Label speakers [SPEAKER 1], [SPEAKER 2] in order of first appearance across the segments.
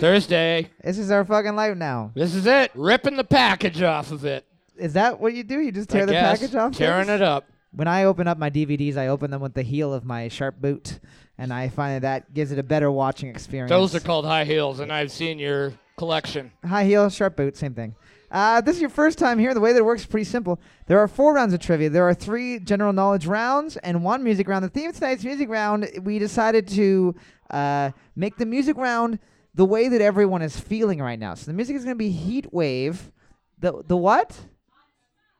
[SPEAKER 1] Thursday.
[SPEAKER 2] This is our fucking life now.
[SPEAKER 1] This is it. Ripping the package off of it.
[SPEAKER 2] Is that what you do? You just tear
[SPEAKER 1] I
[SPEAKER 2] the
[SPEAKER 1] guess.
[SPEAKER 2] package off?
[SPEAKER 1] Tearing
[SPEAKER 2] things?
[SPEAKER 1] it up.
[SPEAKER 2] When I open up my DVDs, I open them with the heel of my sharp boot, and I find that that gives it a better watching experience.
[SPEAKER 1] Those are called high heels, and I've seen your collection.
[SPEAKER 2] High heel, sharp boot, same thing. Uh, if this is your first time here. The way that it works is pretty simple. There are four rounds of trivia. There are three general knowledge rounds and one music round. The theme of tonight's music round, we decided to uh, make the music round the way that everyone is feeling right now. So the music is going to be Heat Wave. The the what?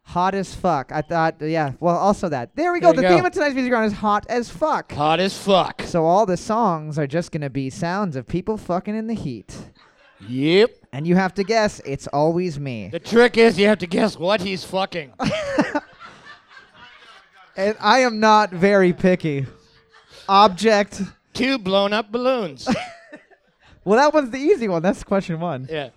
[SPEAKER 2] Hot as fuck. I thought, yeah. Well, also that. There we go.
[SPEAKER 1] There you
[SPEAKER 2] the
[SPEAKER 1] go.
[SPEAKER 2] theme of tonight's music round is hot as fuck.
[SPEAKER 1] Hot as fuck.
[SPEAKER 2] So all the songs are just going to be sounds of people fucking in the heat.
[SPEAKER 1] Yep.
[SPEAKER 2] And you have to guess, it's always me.
[SPEAKER 1] The trick is you have to guess what he's fucking.
[SPEAKER 2] And I am not very picky. Object.
[SPEAKER 1] Two blown up balloons.
[SPEAKER 2] Well, that one's the easy one. That's question one.
[SPEAKER 1] yeah.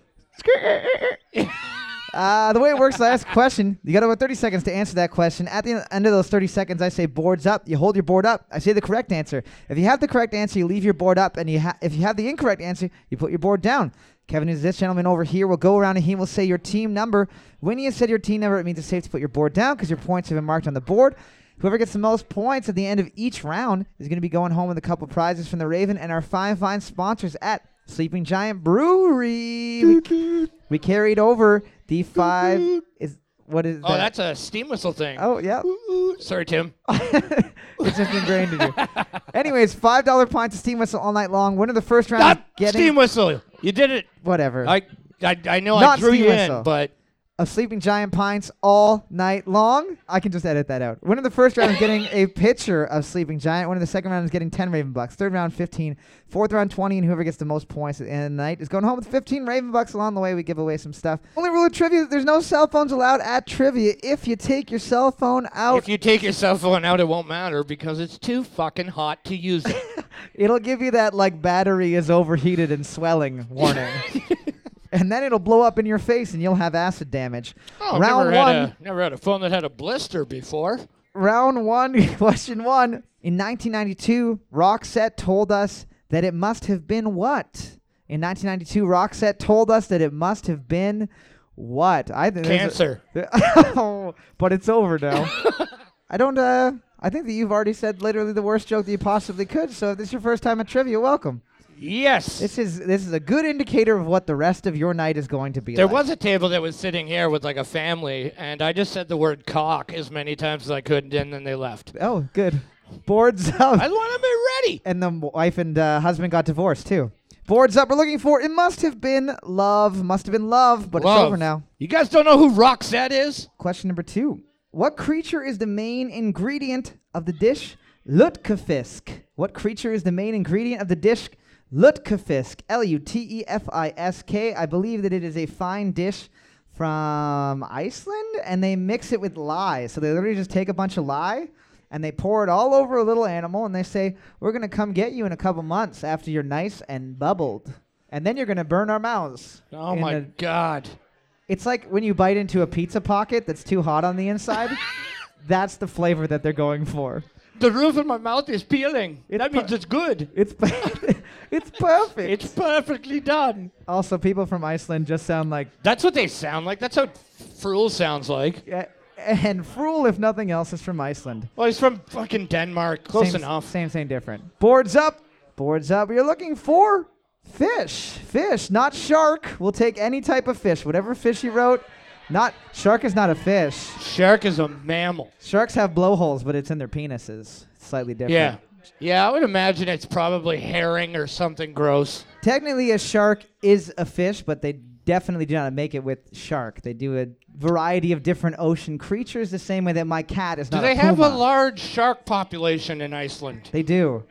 [SPEAKER 2] Uh, the way it works, I ask a question. You got about 30 seconds to answer that question. At the end of those 30 seconds, I say boards up. You hold your board up. I say the correct answer. If you have the correct answer, you leave your board up. And you ha- if you have the incorrect answer, you put your board down. Kevin is this gentleman over here. will go around and he will say your team number. When he has said your team number, it means it's safe to put your board down because your points have been marked on the board. Whoever gets the most points at the end of each round is going to be going home with a couple prizes from the Raven and our fine, fine sponsors at Sleeping Giant Brewery. We- we carried over the five. Is what is?
[SPEAKER 1] Oh,
[SPEAKER 2] that?
[SPEAKER 1] that's a steam whistle thing.
[SPEAKER 2] Oh yeah,
[SPEAKER 1] Sorry, Tim.
[SPEAKER 2] it's just ingrained in you. Anyways, five dollar pints of steam whistle all night long. Winner of the first round, is
[SPEAKER 1] Stop
[SPEAKER 2] getting
[SPEAKER 1] steam whistle. You did it.
[SPEAKER 2] whatever.
[SPEAKER 1] I I, I know
[SPEAKER 2] Not
[SPEAKER 1] I drew
[SPEAKER 2] steam
[SPEAKER 1] you
[SPEAKER 2] whistle.
[SPEAKER 1] in, but
[SPEAKER 2] of sleeping giant pints all night long. I can just edit that out. Winner of the first round is getting a pitcher of sleeping giant. Winner of the second round is getting ten Raven bucks. Third round fifteen. Fourth round twenty, and whoever gets the most points at the end of the night is going home with fifteen Raven bucks. Along the way, we give away some stuff. Only rule of trivia: there's no cell phones allowed at trivia. If you take your cell phone out,
[SPEAKER 1] if you take your cell phone out, it won't matter because it's too fucking hot to use it.
[SPEAKER 2] It'll give you that like battery is overheated and swelling warning. and then it'll blow up in your face and you'll have acid damage.
[SPEAKER 1] Oh,
[SPEAKER 2] round
[SPEAKER 1] never
[SPEAKER 2] one.
[SPEAKER 1] had a never had a phone that had a blister before.
[SPEAKER 2] round one, question one. In 1992, Roxette told us that it must have been what? In 1992, Roxette told us that it must have been what? I think there's a-
[SPEAKER 1] Cancer.
[SPEAKER 2] Oh, but it's over now. I don't. Uh, I think that you've already said literally the worst joke that you possibly could. So if this is your first time at trivia, welcome.
[SPEAKER 1] Yes.
[SPEAKER 2] This is this is a good indicator of what the rest of your night is going to be.
[SPEAKER 1] there
[SPEAKER 2] like.
[SPEAKER 1] was a table that was sitting here with like a family, and I just said the word cock as many times as I could, and then they left.
[SPEAKER 2] oh good boards up,
[SPEAKER 1] I want to be ready.
[SPEAKER 2] and the wife and uh, husband got divorced too. Boards up. We're looking for it. Must have been love. Must have been love, but it's
[SPEAKER 1] Love.
[SPEAKER 2] over now.
[SPEAKER 1] You guys don't know who Roxette is?
[SPEAKER 2] Question number two: What creature is the main ingredient of the dish lutkefisk? What creature is the main ingredient of the dish lutkefisk? L-U-T-E-F-I-S-K. E I believe that it is a fine dish from Iceland, and they mix it with lye. So they literally just take a bunch of lye. And they pour it all over a little animal, and they say, "We're gonna come get you in a couple months after you're nice and bubbled, and then you're gonna burn our mouths."
[SPEAKER 1] Oh
[SPEAKER 2] in
[SPEAKER 1] my
[SPEAKER 2] a-
[SPEAKER 1] god.
[SPEAKER 2] it's like when you bite into a pizza pocket that's too hot on the inside. that's the flavor that they're going for.
[SPEAKER 1] The roof of my mouth is peeling.
[SPEAKER 2] It's
[SPEAKER 1] that means
[SPEAKER 2] per-
[SPEAKER 1] it's good.
[SPEAKER 2] It's it's perfect.
[SPEAKER 1] It's perfectly done.
[SPEAKER 2] also, people from Iceland just sound like
[SPEAKER 1] That's what they sound like. That's how Frule sounds like.
[SPEAKER 2] uh, and Frul, if nothing else, is from Iceland.
[SPEAKER 1] Well, he's from fucking Denmark. Close
[SPEAKER 2] same,
[SPEAKER 1] enough.
[SPEAKER 2] Same, same, different. Boards up. Boards up. You're looking for fish. Fish, not shark. We'll take any type of fish. Whatever fish you wrote. Not shark is not a fish.
[SPEAKER 1] Shark is a mammal.
[SPEAKER 2] Sharks have blowholes, but it's in their penises. Slightly different.
[SPEAKER 1] Yeah. Yeah, I would imagine it's probably herring or something gross.
[SPEAKER 2] Technically, a shark is a fish, but they definitely do not make it with shark. They do a variety of different ocean creatures, the same way that my cat is
[SPEAKER 1] Do
[SPEAKER 2] not.
[SPEAKER 1] they
[SPEAKER 2] a
[SPEAKER 1] have a
[SPEAKER 2] puma.
[SPEAKER 1] large shark population in Iceland?
[SPEAKER 2] They do.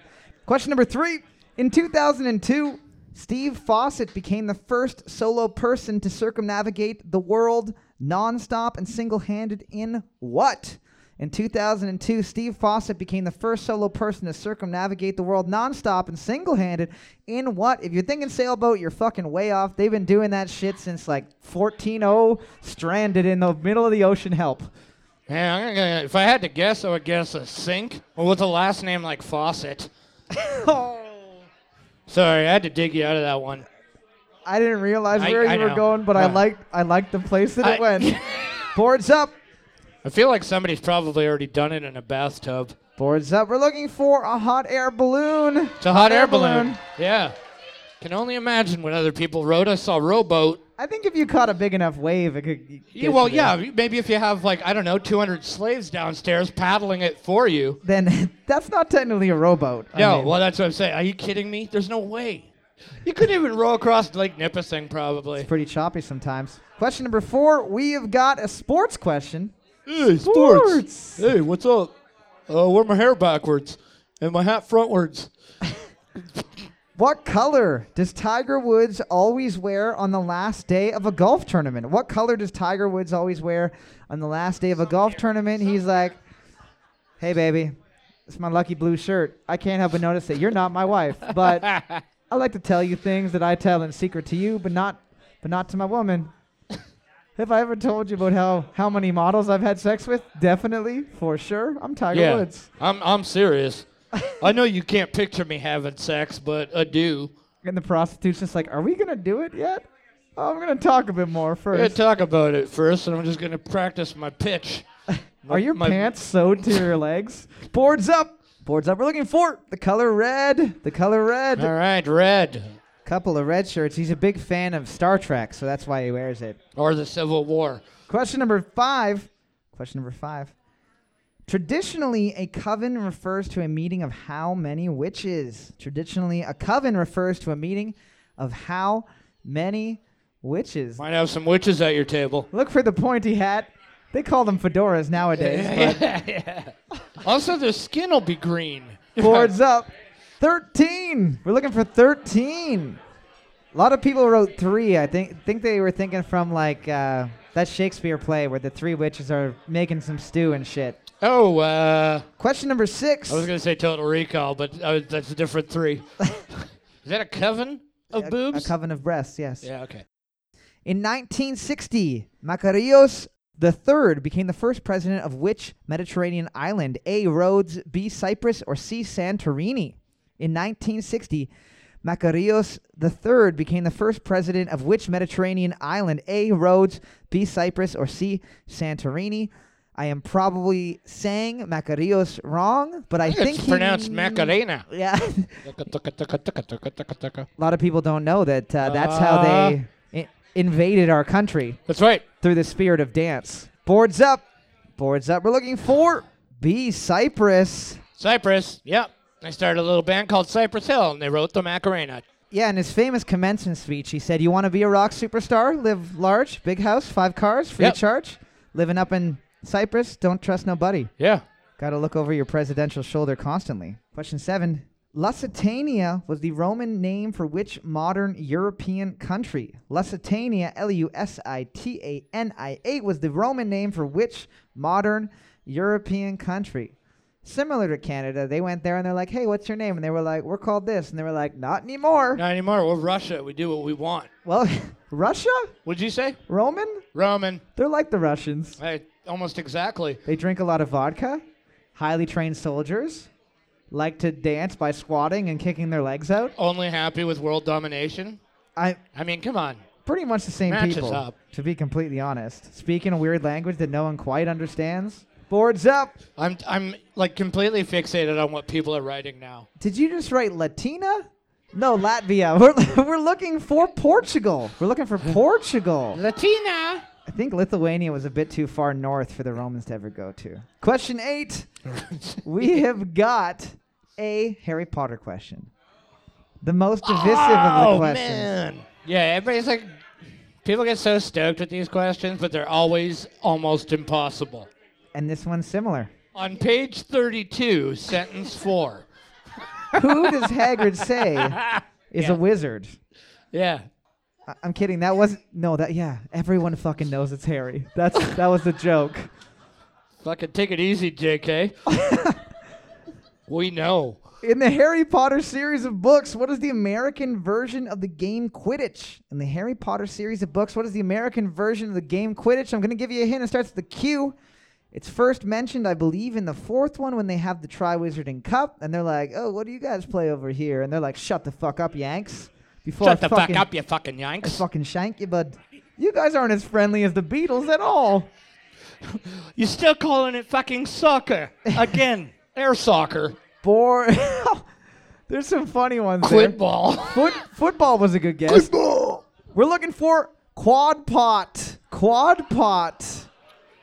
[SPEAKER 2] Question number three. In 2002, Steve Fawcett became the first solo person to circumnavigate the world nonstop and single handed in what? In 2002, Steve Fawcett became the first solo person to circumnavigate the world nonstop and single handed in what? If you're thinking sailboat, you're fucking way off. They've been doing that shit since like 1400, stranded in the middle of the ocean. Help.
[SPEAKER 1] Man, I'm gonna, if I had to guess, I would guess a sink. Well, with a last name like Fawcett. Oh. Sorry, I had to dig you out of that one.
[SPEAKER 2] I didn't realize
[SPEAKER 1] I-
[SPEAKER 2] where
[SPEAKER 1] I
[SPEAKER 2] you were
[SPEAKER 1] know.
[SPEAKER 2] going, but I
[SPEAKER 1] Right.
[SPEAKER 2] liked I liked the place that it
[SPEAKER 1] I-
[SPEAKER 2] went. Boards up.
[SPEAKER 1] I feel like somebody's probably already done it in a bathtub.
[SPEAKER 2] Boards up. We're looking for a hot air balloon.
[SPEAKER 1] It's a hot air balloon. Yeah. Can only imagine what other people wrote. I saw rowboat.
[SPEAKER 2] I think if you caught a big enough wave, it could. get
[SPEAKER 1] Yeah, well,
[SPEAKER 2] you there.
[SPEAKER 1] yeah, maybe if you have like I don't know, 200 slaves downstairs paddling it for you.
[SPEAKER 2] Then that's not technically a rowboat. I
[SPEAKER 1] No,
[SPEAKER 2] mean,
[SPEAKER 1] well, that's what I'm saying. Are you kidding me? There's no way. You couldn't even row across Lake Nipissing, probably.
[SPEAKER 2] it's pretty choppy sometimes. Question number four. We have got a sports question.
[SPEAKER 1] Hey,
[SPEAKER 2] sports.
[SPEAKER 1] Hey, what's up? Uh, wear my hair backwards and my hat frontwards.
[SPEAKER 2] What color does Tiger Woods always wear on the last day of a golf tournament? What color does Tiger Woods always wear on the last day of a golf tournament? He's like, hey, baby, it's my lucky blue shirt. I can't help but notice that you're not my wife, but I like to tell you things that I tell in secret to you, but not, but not to my woman. Have I ever told you about how, how many models I've had sex with? Definitely, for sure. I'm Tiger
[SPEAKER 1] yeah,
[SPEAKER 2] Woods.
[SPEAKER 1] I'm I'm serious. I know you can't picture me having sex, but I do.
[SPEAKER 2] And the prostitute's just like, are we going to do it yet? Oh, I'm going to talk a bit more
[SPEAKER 1] We're gonna
[SPEAKER 2] first.
[SPEAKER 1] talk about it first, and I'm just gonna practice my pitch.
[SPEAKER 2] Are your
[SPEAKER 1] my-
[SPEAKER 2] pants sewed to your legs? Boards up. Boards up. We're looking for the color red. The color red.
[SPEAKER 1] All right, red
[SPEAKER 2] Couple of red shirts. He's a big fan of Star Trek, so that's why he wears it.
[SPEAKER 1] or the Civil War.
[SPEAKER 2] Question number five. Question number five. Traditionally, a coven refers to a meeting of how many witches? Traditionally, a coven refers to a meeting of how many witches?
[SPEAKER 1] Might have some witches at your table.
[SPEAKER 2] Look for the pointy hat. They call them fedoras nowadays. but-
[SPEAKER 1] Also, their skin will be green.
[SPEAKER 2] Boards up. 13. We're looking for 13. A lot of people wrote three. I think think they were thinking from like uh, that Shakespeare play where the three witches are making some stew and shit.
[SPEAKER 1] Oh, uh,
[SPEAKER 2] Question number six.
[SPEAKER 1] I was gonna say Total Recall, but uh, that's a different three. Is that a coven of
[SPEAKER 2] a,
[SPEAKER 1] boobs?
[SPEAKER 2] A coven of breasts, yes.
[SPEAKER 1] Yeah. Okay.
[SPEAKER 2] In 1960, Macarios III became the first president of which Mediterranean island? A. Rhodes, B. Cyprus, or C. Santorini? In 1960, Macarios III became the first president of which Mediterranean island? A. Rhodes, B. Cyprus, or C. Santorini? I am probably saying Macarios wrong, but I,
[SPEAKER 1] I think
[SPEAKER 2] think
[SPEAKER 1] it's
[SPEAKER 2] he-
[SPEAKER 1] pronounced Macarena.
[SPEAKER 2] Yeah,
[SPEAKER 1] Tucka, tucka, tucka, tucka, tucka, tucka, tucka.
[SPEAKER 2] a lot of people don't know that uh, that's how they i- invaded our country
[SPEAKER 1] That's right.
[SPEAKER 2] through the spirit of dance. Boards up. Boards up. We're looking for B Cypress.
[SPEAKER 1] Cypress. Yep. I started a little band called Cypress Hill, and they wrote the Macarena.
[SPEAKER 2] Yeah, in his famous commencement speech, he said, You want to be a rock superstar? Live large, big house, five cars, free
[SPEAKER 1] Yep.
[SPEAKER 2] of charge. Living up in Cyprus, don't trust nobody.
[SPEAKER 1] Yeah.
[SPEAKER 2] Got to look over your presidential shoulder constantly. Question seven. Lusitania was the Roman name for which modern European country? Lusitania, L U S I T A N I A, was the Roman name for which modern European country? Similar to Canada, they went there and they're like, hey, what's your name? And they were like, we're called this. And they were like, not anymore.
[SPEAKER 1] Not anymore. We're Russia. We do what we want.
[SPEAKER 2] Well, Russia?
[SPEAKER 1] What'd you say?
[SPEAKER 2] Roman?
[SPEAKER 1] Roman.
[SPEAKER 2] They're like the Russians.
[SPEAKER 1] I, almost exactly.
[SPEAKER 2] They drink a lot of vodka, highly trained soldiers, like to dance by squatting and kicking their legs out.
[SPEAKER 1] Only happy with world domination.
[SPEAKER 2] I
[SPEAKER 1] I mean, come on.
[SPEAKER 2] pretty much the same
[SPEAKER 1] Matches
[SPEAKER 2] people,
[SPEAKER 1] up.
[SPEAKER 2] to be completely honest. Speaking a weird language that no one quite understands. Boards up.
[SPEAKER 1] I'm I'm like completely fixated on what people are writing now.
[SPEAKER 2] Did you just write Latina? No, Latvia. We're, we're looking for Portugal. We're looking for Portugal.
[SPEAKER 1] Latina.
[SPEAKER 2] I think Lithuania was a bit too far north for the Romans to ever go to. Question eight. we have got a Harry Potter question. The most divisive of the
[SPEAKER 1] oh
[SPEAKER 2] questions.
[SPEAKER 1] man. Yeah, everybody's like, people get so stoked with these questions, but they're always almost impossible.
[SPEAKER 2] And this one's similar.
[SPEAKER 1] On page 32, sentence four.
[SPEAKER 2] Who does Hagrid say is
[SPEAKER 1] Yeah.
[SPEAKER 2] a wizard.
[SPEAKER 1] Yeah.
[SPEAKER 2] I- I'm kidding. That wasn't. No, that. Yeah, everyone fucking knows it's Harry. That's that was the joke.
[SPEAKER 1] Fucking take it easy, JK. we know.
[SPEAKER 2] In the Harry Potter series of books, what is the American version of the game Quidditch? In the Harry Potter series of books, what is the American version of the game Quidditch? I'm going to give you a hint. It starts with the Q. It's first mentioned, I believe, in the fourth one when they have the Triwizarding Cup, and they're like, "Oh, what do you guys play over here?" And they're like, "Shut the fuck up, Yanks!" Before
[SPEAKER 1] Shut
[SPEAKER 2] I
[SPEAKER 1] the fuck
[SPEAKER 2] fucking-
[SPEAKER 1] up, you fucking
[SPEAKER 2] I
[SPEAKER 1] Yanks.
[SPEAKER 2] fucking shank you, bud. You guys aren't as friendly as the Beatles at all.
[SPEAKER 1] You're still calling it fucking soccer. Again, air soccer.
[SPEAKER 2] Bore. There's some funny ones there.
[SPEAKER 1] Quit ball.
[SPEAKER 2] Foot, football was a good guess. We're looking for quad pot. Quad pot.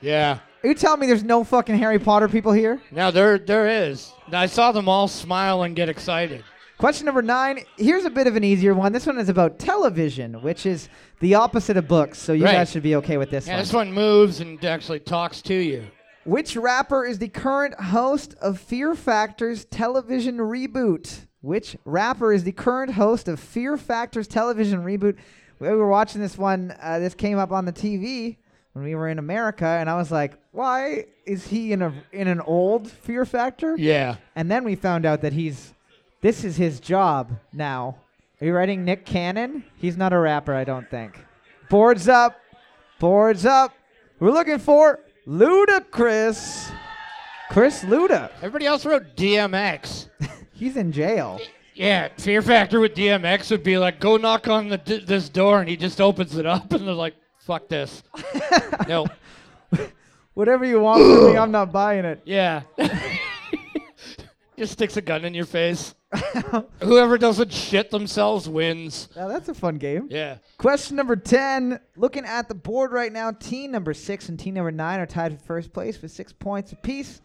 [SPEAKER 1] yeah.
[SPEAKER 2] Are you telling me there's no fucking Harry Potter people here?
[SPEAKER 1] Now there there is. I saw them all smile and get excited.
[SPEAKER 2] Question number nine. Here's a bit of an easier one. This one is about television, which is the opposite of books, so you
[SPEAKER 1] Right.
[SPEAKER 2] guys should be okay with this
[SPEAKER 1] Yeah,
[SPEAKER 2] one.
[SPEAKER 1] this one moves and actually talks to you.
[SPEAKER 2] Which rapper is the current host of Fear Factor's television reboot? Which rapper is the current host of Fear Factor's television reboot? We were watching this one. Uh, this came up on the TV when we were in America, and I was like, "Why is he in a in an old Fear Factor?"
[SPEAKER 1] Yeah.
[SPEAKER 2] And then we found out that he's this is his job now. Are you writing Nick Cannon? He's not a rapper, I don't think. Boards up. Boards up. We're looking for Ludacris. Chris Luda.
[SPEAKER 1] Everybody else wrote DMX.
[SPEAKER 2] He's in jail.
[SPEAKER 1] Yeah, Fear Factor with DMX would be like, go knock on the d- this door, and he just opens it up, and they're like, fuck this. no.
[SPEAKER 2] Whatever you want from me, I'm not buying it.
[SPEAKER 1] Yeah. just sticks a gun in your face. Whoever doesn't shit themselves wins.
[SPEAKER 2] Now that's a fun game.
[SPEAKER 1] Yeah.
[SPEAKER 2] Question number 10. Looking at the board right now, team number 6 and team number 9 are tied for first place with six points apiece.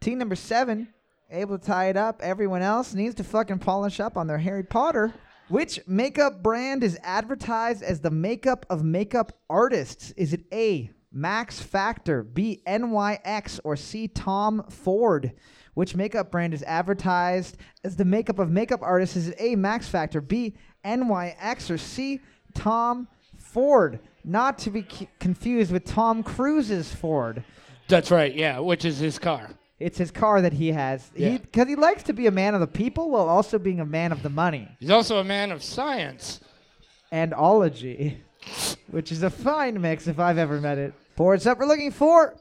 [SPEAKER 2] Team number 7 able to tie it up. Everyone else needs to fucking polish up on their Harry Potter. Which makeup brand is advertised as the makeup of makeup artists? Is it A, Max Factor, B, NYX, or C, Tom Ford? Which makeup brand is advertised as the makeup of makeup artists? Is it A, Max Factor, B, NYX, or C, Tom Ford, not to be c- confused with Tom Cruise's Ford.
[SPEAKER 1] That's right. Yeah, which is his car.
[SPEAKER 2] It's his car that he has.
[SPEAKER 1] Yeah.
[SPEAKER 2] Because he, likes to be a man of the people while also being a man of the money
[SPEAKER 1] He's also a man of science.
[SPEAKER 2] and ology, which is a fine mix if I've ever met it. Boards up, we're looking for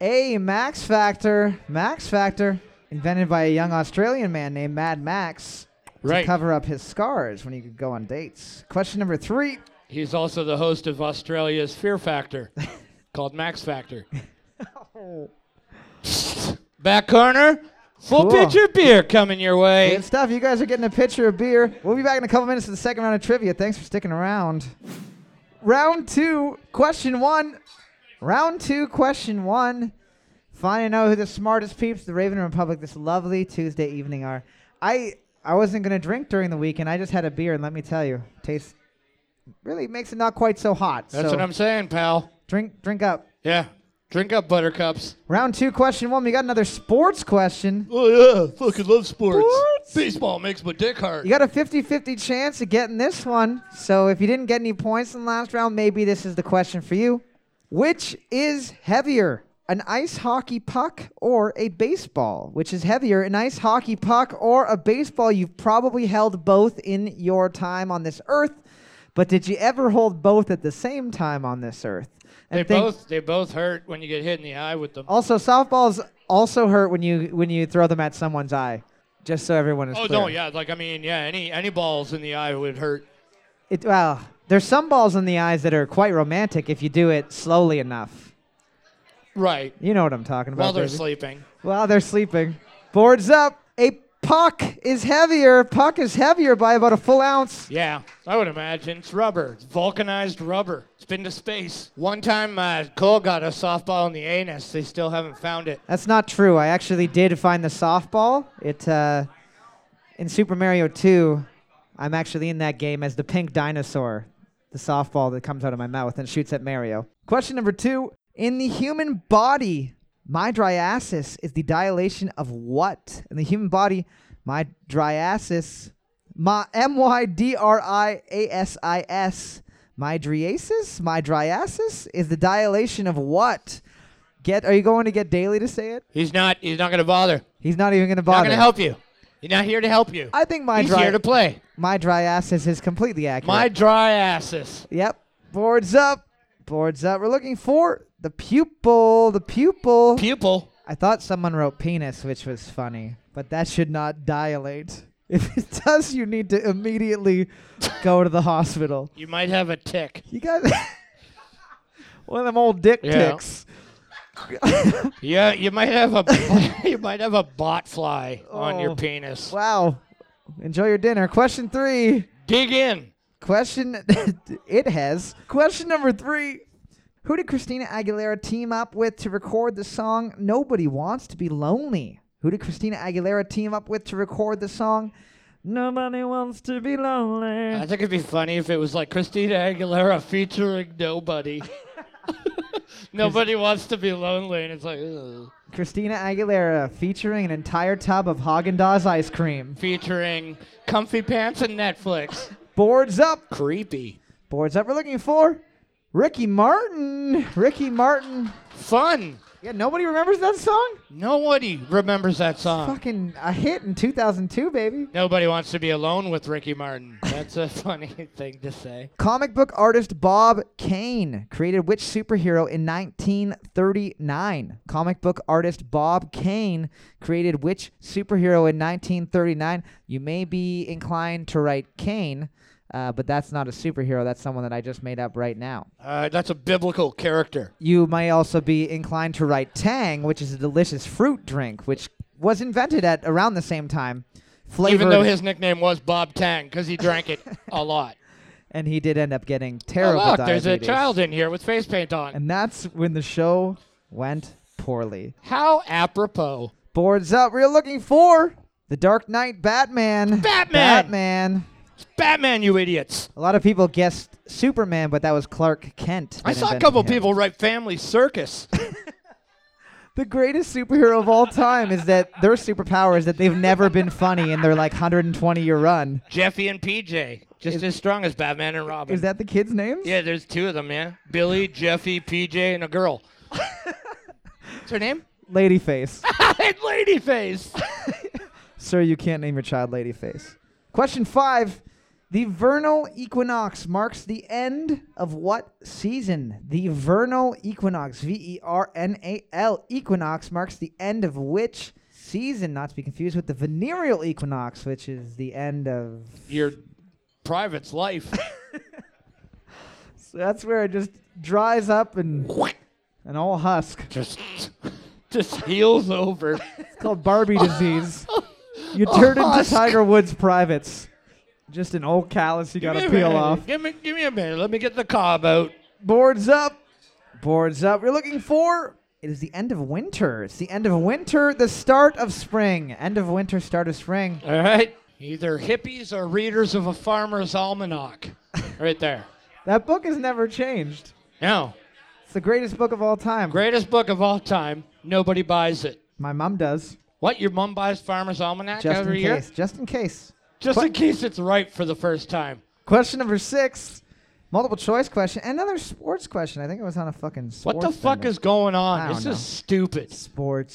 [SPEAKER 2] a Max Factor. Max Factor, invented by a young Australian man named Mad Max
[SPEAKER 1] Right.
[SPEAKER 2] to cover up his scars when he could go on dates. Question number three.
[SPEAKER 1] He's also the host of Australia's Fear Factor, called Max Factor. Back corner, full
[SPEAKER 2] Cool.
[SPEAKER 1] pitcher beer coming your way.
[SPEAKER 2] Good stuff. You guys are getting a pitcher of beer. We'll be back in a couple minutes for the second round of trivia. Thanks for sticking around. Round two, question one. Round two, question one. Finding out who the smartest peeps the Raven Republic this lovely Tuesday evening are. I I wasn't gonna drink during the weekend. I just had a beer, and let me tell you, tastes really makes it not quite so hot.
[SPEAKER 1] That's
[SPEAKER 2] so
[SPEAKER 1] what I'm saying, pal.
[SPEAKER 2] drink drink up.
[SPEAKER 1] Yeah, drink up, buttercups.
[SPEAKER 2] Round two, question one. We got another sports question.
[SPEAKER 1] Oh yeah, fucking love sports.
[SPEAKER 2] Sports?
[SPEAKER 1] Baseball makes my dick hard.
[SPEAKER 2] You got a 50 50 chance of getting this one. So if you didn't get any points in the last round, maybe this is the question for you. Which is heavier, an ice hockey puck or a baseball? Which is heavier, an ice hockey puck or a baseball? You've probably held both in your time on this earth, but did you ever hold both at the same time on this earth? And
[SPEAKER 1] They
[SPEAKER 2] think-
[SPEAKER 1] both they both hurt when you get hit in the eye with them.
[SPEAKER 2] Also, softballs also hurt when you when you throw them at someone's eye. Just so everyone is
[SPEAKER 1] Oh
[SPEAKER 2] clear.
[SPEAKER 1] no, yeah, like I mean, yeah, any any balls in the eye would hurt.
[SPEAKER 2] It well, there's some balls in the eyes that are quite romantic if you do it slowly enough.
[SPEAKER 1] Right.
[SPEAKER 2] You know what I'm talking about.
[SPEAKER 1] While they're
[SPEAKER 2] baby.
[SPEAKER 1] sleeping.
[SPEAKER 2] While they're sleeping. Boards up. A puck is heavier. Puck is heavier by about a full ounce.
[SPEAKER 1] Yeah, I would imagine. It's rubber. It's vulcanized rubber. It's been to space. One time, uh, Cole got a softball in the anus. They still haven't found it.
[SPEAKER 2] That's not true. I actually did find the softball. It uh, in Super Mario 2. I'm actually in that game as the pink dinosaur, the softball that comes out of my mouth and shoots at Mario. Question number two: In the human body, mydriasis is the dilation of what? In the human body, mydriasis My M Y D R I A S I S. Mydriasis? Mydriasis is the dilation of what? Get? Are you going to get Daly to say it?
[SPEAKER 1] He's not. He's not going to bother.
[SPEAKER 2] He's not even going to
[SPEAKER 1] Not
[SPEAKER 2] bother.
[SPEAKER 1] going to help you. He's not here to help you.
[SPEAKER 2] I think my
[SPEAKER 1] He's here to
[SPEAKER 2] dry,
[SPEAKER 1] play.
[SPEAKER 2] my dry asses is completely accurate.
[SPEAKER 1] My dry asses.
[SPEAKER 2] yep. Boards up. Boards up. We're looking for the pupil. The pupil.
[SPEAKER 1] Pupil.
[SPEAKER 2] I thought someone wrote penis, which was funny, but that should not dilate. If it does, you need to immediately go to the hospital.
[SPEAKER 1] You might have a tick.
[SPEAKER 2] You guys, one of them old dick
[SPEAKER 1] Yeah.
[SPEAKER 2] ticks.
[SPEAKER 1] Yeah, you might have a you might have a bot fly on
[SPEAKER 2] Oh.
[SPEAKER 1] your penis.
[SPEAKER 2] Wow. Enjoy your dinner. Question three.
[SPEAKER 1] Dig in.
[SPEAKER 2] Question it has. Question number three. Who did Christina Aguilera team up with to record the song Nobody Wants to Be Lonely? Who did Christina Aguilera team up with to record the song Nobody Wants to Be Lonely?
[SPEAKER 1] I think it'd be funny if it was like Christina Aguilera featuring nobody. nobody wants to be lonely, and it's like ugh.
[SPEAKER 2] Christina Aguilera featuring an entire tub of Haagen Dazs ice cream.
[SPEAKER 1] featuring comfy pants and Netflix.
[SPEAKER 2] Boards up.
[SPEAKER 1] Creepy.
[SPEAKER 2] Boards up. We're looking for Ricky Martin. Ricky Martin.
[SPEAKER 1] Fun.
[SPEAKER 2] Yeah, nobody remembers that song.
[SPEAKER 1] Nobody remembers that song.
[SPEAKER 2] Fucking a hit in 2002, baby.
[SPEAKER 1] Nobody wants to be alone with Ricky Martin. That's a funny thing to say.
[SPEAKER 2] Comic book artist Bob Kane created which superhero in 1939? Comic book artist Bob Kane created which superhero in 1939? You may be inclined to write Kane, uh, but that's not a superhero. That's someone that I just made up right now.
[SPEAKER 1] Uh, that's a biblical character.
[SPEAKER 2] You may also be inclined to write Tang, which is a delicious fruit drink, which was invented at around the same time. Flavored,
[SPEAKER 1] Even though his nickname was Bob Tang, because he drank it a lot.
[SPEAKER 2] and he did end up getting
[SPEAKER 1] Oh,
[SPEAKER 2] terrible
[SPEAKER 1] look,
[SPEAKER 2] diabetes.
[SPEAKER 1] there's a child in here with face paint on.
[SPEAKER 2] And that's when the show went poorly.
[SPEAKER 1] How apropos.
[SPEAKER 2] Boards up. We're looking for the Dark Knight Batman.
[SPEAKER 1] Batman!
[SPEAKER 2] Batman.
[SPEAKER 1] Batman, you idiots.
[SPEAKER 2] A lot of people guessed Superman, but that was Clark Kent.
[SPEAKER 1] I
[SPEAKER 2] that
[SPEAKER 1] saw a
[SPEAKER 2] invented
[SPEAKER 1] couple
[SPEAKER 2] him.
[SPEAKER 1] people write Family Circus.
[SPEAKER 2] The greatest superhero of all time is that their superpower is that they've never been funny in their like 120 year run.
[SPEAKER 1] Jeffy and PJ, just as strong as Batman and Robin.
[SPEAKER 2] Is that the kids' names?
[SPEAKER 1] yeah, there's two of them, yeah. Billy, Jeffy, PJ, and a girl. What's her name?
[SPEAKER 2] Ladyface.
[SPEAKER 1] And Ladyface.
[SPEAKER 2] Sir, you can't name your child Ladyface. Question five. The vernal equinox marks the end of what season? The vernal equinox, V E R N A L, equinox marks the end of which season? Not to be confused with the venereal equinox, which is the end of.
[SPEAKER 1] Your private's life.
[SPEAKER 2] So that's where it just dries up and an all husk.
[SPEAKER 1] just, just heels over.
[SPEAKER 2] It's called Barbie disease. You turn into
[SPEAKER 1] husk.
[SPEAKER 2] Tiger Woods privates. Just an old callus you gotta
[SPEAKER 1] Give me a
[SPEAKER 2] peel
[SPEAKER 1] minute.
[SPEAKER 2] off.
[SPEAKER 1] Give me, give me a minute. Let me get the cob out.
[SPEAKER 2] Boards up. Boards up. We're looking for. It is the end of winter. It's the end of winter, the start of spring. End of winter, start of spring.
[SPEAKER 1] All right. Either hippies or readers of a farmer's almanac. right there.
[SPEAKER 2] That book has never changed.
[SPEAKER 1] Now,
[SPEAKER 2] It's the greatest book of all time.
[SPEAKER 1] greatest book of all time. Nobody buys it.
[SPEAKER 2] My mom does.
[SPEAKER 1] What? Your mom buys farmer's almanac
[SPEAKER 2] Just in
[SPEAKER 1] every
[SPEAKER 2] case.
[SPEAKER 1] year?
[SPEAKER 2] Just in case.
[SPEAKER 1] Just in case it's right for the first time.
[SPEAKER 2] Question number six. Multiple choice question. Another sports question. I think it was on a fucking sports.
[SPEAKER 1] What the fuck
[SPEAKER 2] bender.
[SPEAKER 1] is going
[SPEAKER 2] I
[SPEAKER 1] on?
[SPEAKER 2] don't
[SPEAKER 1] This
[SPEAKER 2] know.
[SPEAKER 1] is stupid.
[SPEAKER 2] sports?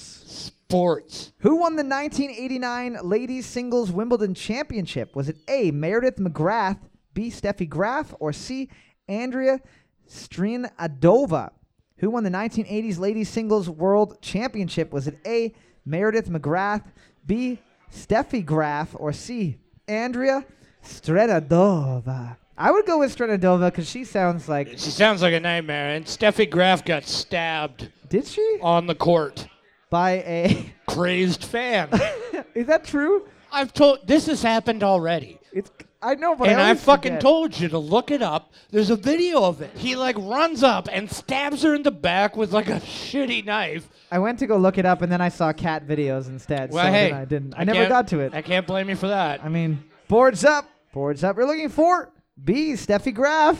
[SPEAKER 1] Sports.
[SPEAKER 2] Who won the 1989 Ladies Singles Wimbledon Championship? Was it A. Meredith McGrath, B. Steffi Graf, or C. Andrea Strinadova? Who won the 1980s Ladies Singles World Championship? Was it A. Meredith McGrath, B. Steffi Graf, or C. Andrea Strinadova? I would go with Strinadova because she sounds like.
[SPEAKER 1] She sounds like a nightmare. And Steffi Graf got stabbed
[SPEAKER 2] Did she?
[SPEAKER 1] on the court.
[SPEAKER 2] By a.
[SPEAKER 1] Crazed fan.
[SPEAKER 2] is that true?
[SPEAKER 1] I've told. This has happened already.
[SPEAKER 2] It's. I know, but
[SPEAKER 1] and
[SPEAKER 2] I
[SPEAKER 1] I
[SPEAKER 2] always
[SPEAKER 1] fucking
[SPEAKER 2] forget.
[SPEAKER 1] told you to look it up. There's a video of it. He like runs up and stabs her in the back with like a shitty knife.
[SPEAKER 2] I went to go look it up, and then I saw cat videos instead.
[SPEAKER 1] Well,
[SPEAKER 2] so
[SPEAKER 1] hey,
[SPEAKER 2] then I didn't. I, never
[SPEAKER 1] can't-
[SPEAKER 2] got to it.
[SPEAKER 1] I
[SPEAKER 2] I,
[SPEAKER 1] can't blame you for that.
[SPEAKER 2] mean, boards up, boards up. We're looking for B. Steffi Graf.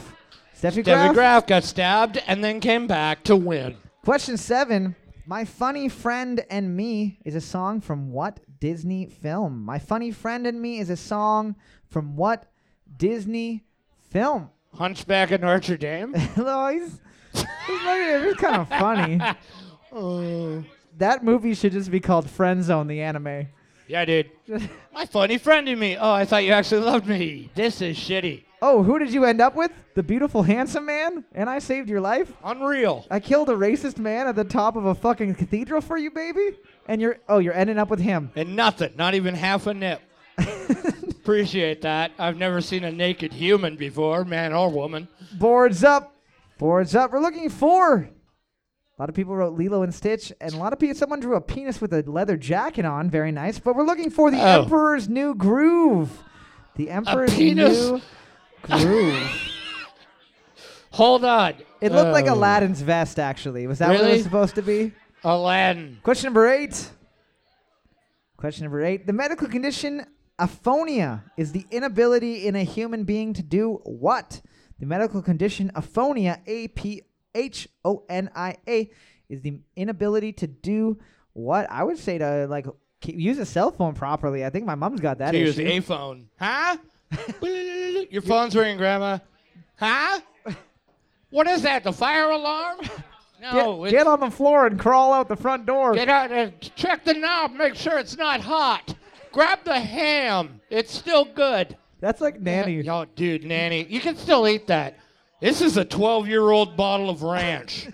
[SPEAKER 2] Steffi
[SPEAKER 1] Debbie
[SPEAKER 2] Graf.
[SPEAKER 1] Graf got stabbed and then came back to win.
[SPEAKER 2] Question seven. My funny friend and me is a song from what Disney film? My Funny Friend and Me is a song from what Disney film?
[SPEAKER 1] Hunchback of Notre Dame.
[SPEAKER 2] Hello, he's, he's, looking- he's kind of funny.
[SPEAKER 1] Oh.
[SPEAKER 2] That movie should just be called Friend Zone, the anime.
[SPEAKER 1] Yeah, dude. My funny friend in me. Oh, I thought you actually loved me. This is shitty.
[SPEAKER 2] Oh, who did you end up with? The beautiful, handsome man? And I saved your life?
[SPEAKER 1] Unreal.
[SPEAKER 2] I killed a racist man at the top of a fucking cathedral for you, baby? And you're, oh, you're ending up with him.
[SPEAKER 1] And nothing. Not even half a nip. Appreciate that. I've never seen a naked human before, man or woman.
[SPEAKER 2] Boards up. Boards up. We're looking for. A lot of people wrote Lilo and Stitch, and a lot of people, someone drew a penis with a leather jacket on. Very nice. But we're looking for the
[SPEAKER 1] Oh.
[SPEAKER 2] Emperor's New Groove. The Emperor's
[SPEAKER 1] penis?
[SPEAKER 2] New Groove.
[SPEAKER 1] Hold on.
[SPEAKER 2] it looked like
[SPEAKER 1] Oh.
[SPEAKER 2] Aladdin's vest, actually. Was that what it
[SPEAKER 1] Really?
[SPEAKER 2] was supposed to be?
[SPEAKER 1] Aladdin.
[SPEAKER 2] Question number eight. Question number eight. The medical condition aphonia is the inability in a human being to do what? The medical condition aphonia, A P H O N I A, is the inability to do what? I would say to like keep- use a cell phone properly. I think my mom's got that
[SPEAKER 1] To use
[SPEAKER 2] issue.
[SPEAKER 1] a phone. Huh? Your phone's ringing, Grandma. Huh? What is that? The fire alarm?
[SPEAKER 2] Get,
[SPEAKER 1] No. it's-
[SPEAKER 2] get on the floor and crawl out the front door.
[SPEAKER 1] Get out and check the knob. Make sure it's not hot. Grab the ham. It's still good.
[SPEAKER 2] That's like nanny.
[SPEAKER 1] Yo, dude, nanny, you can still eat that. This is a 12-year-old bottle of ranch.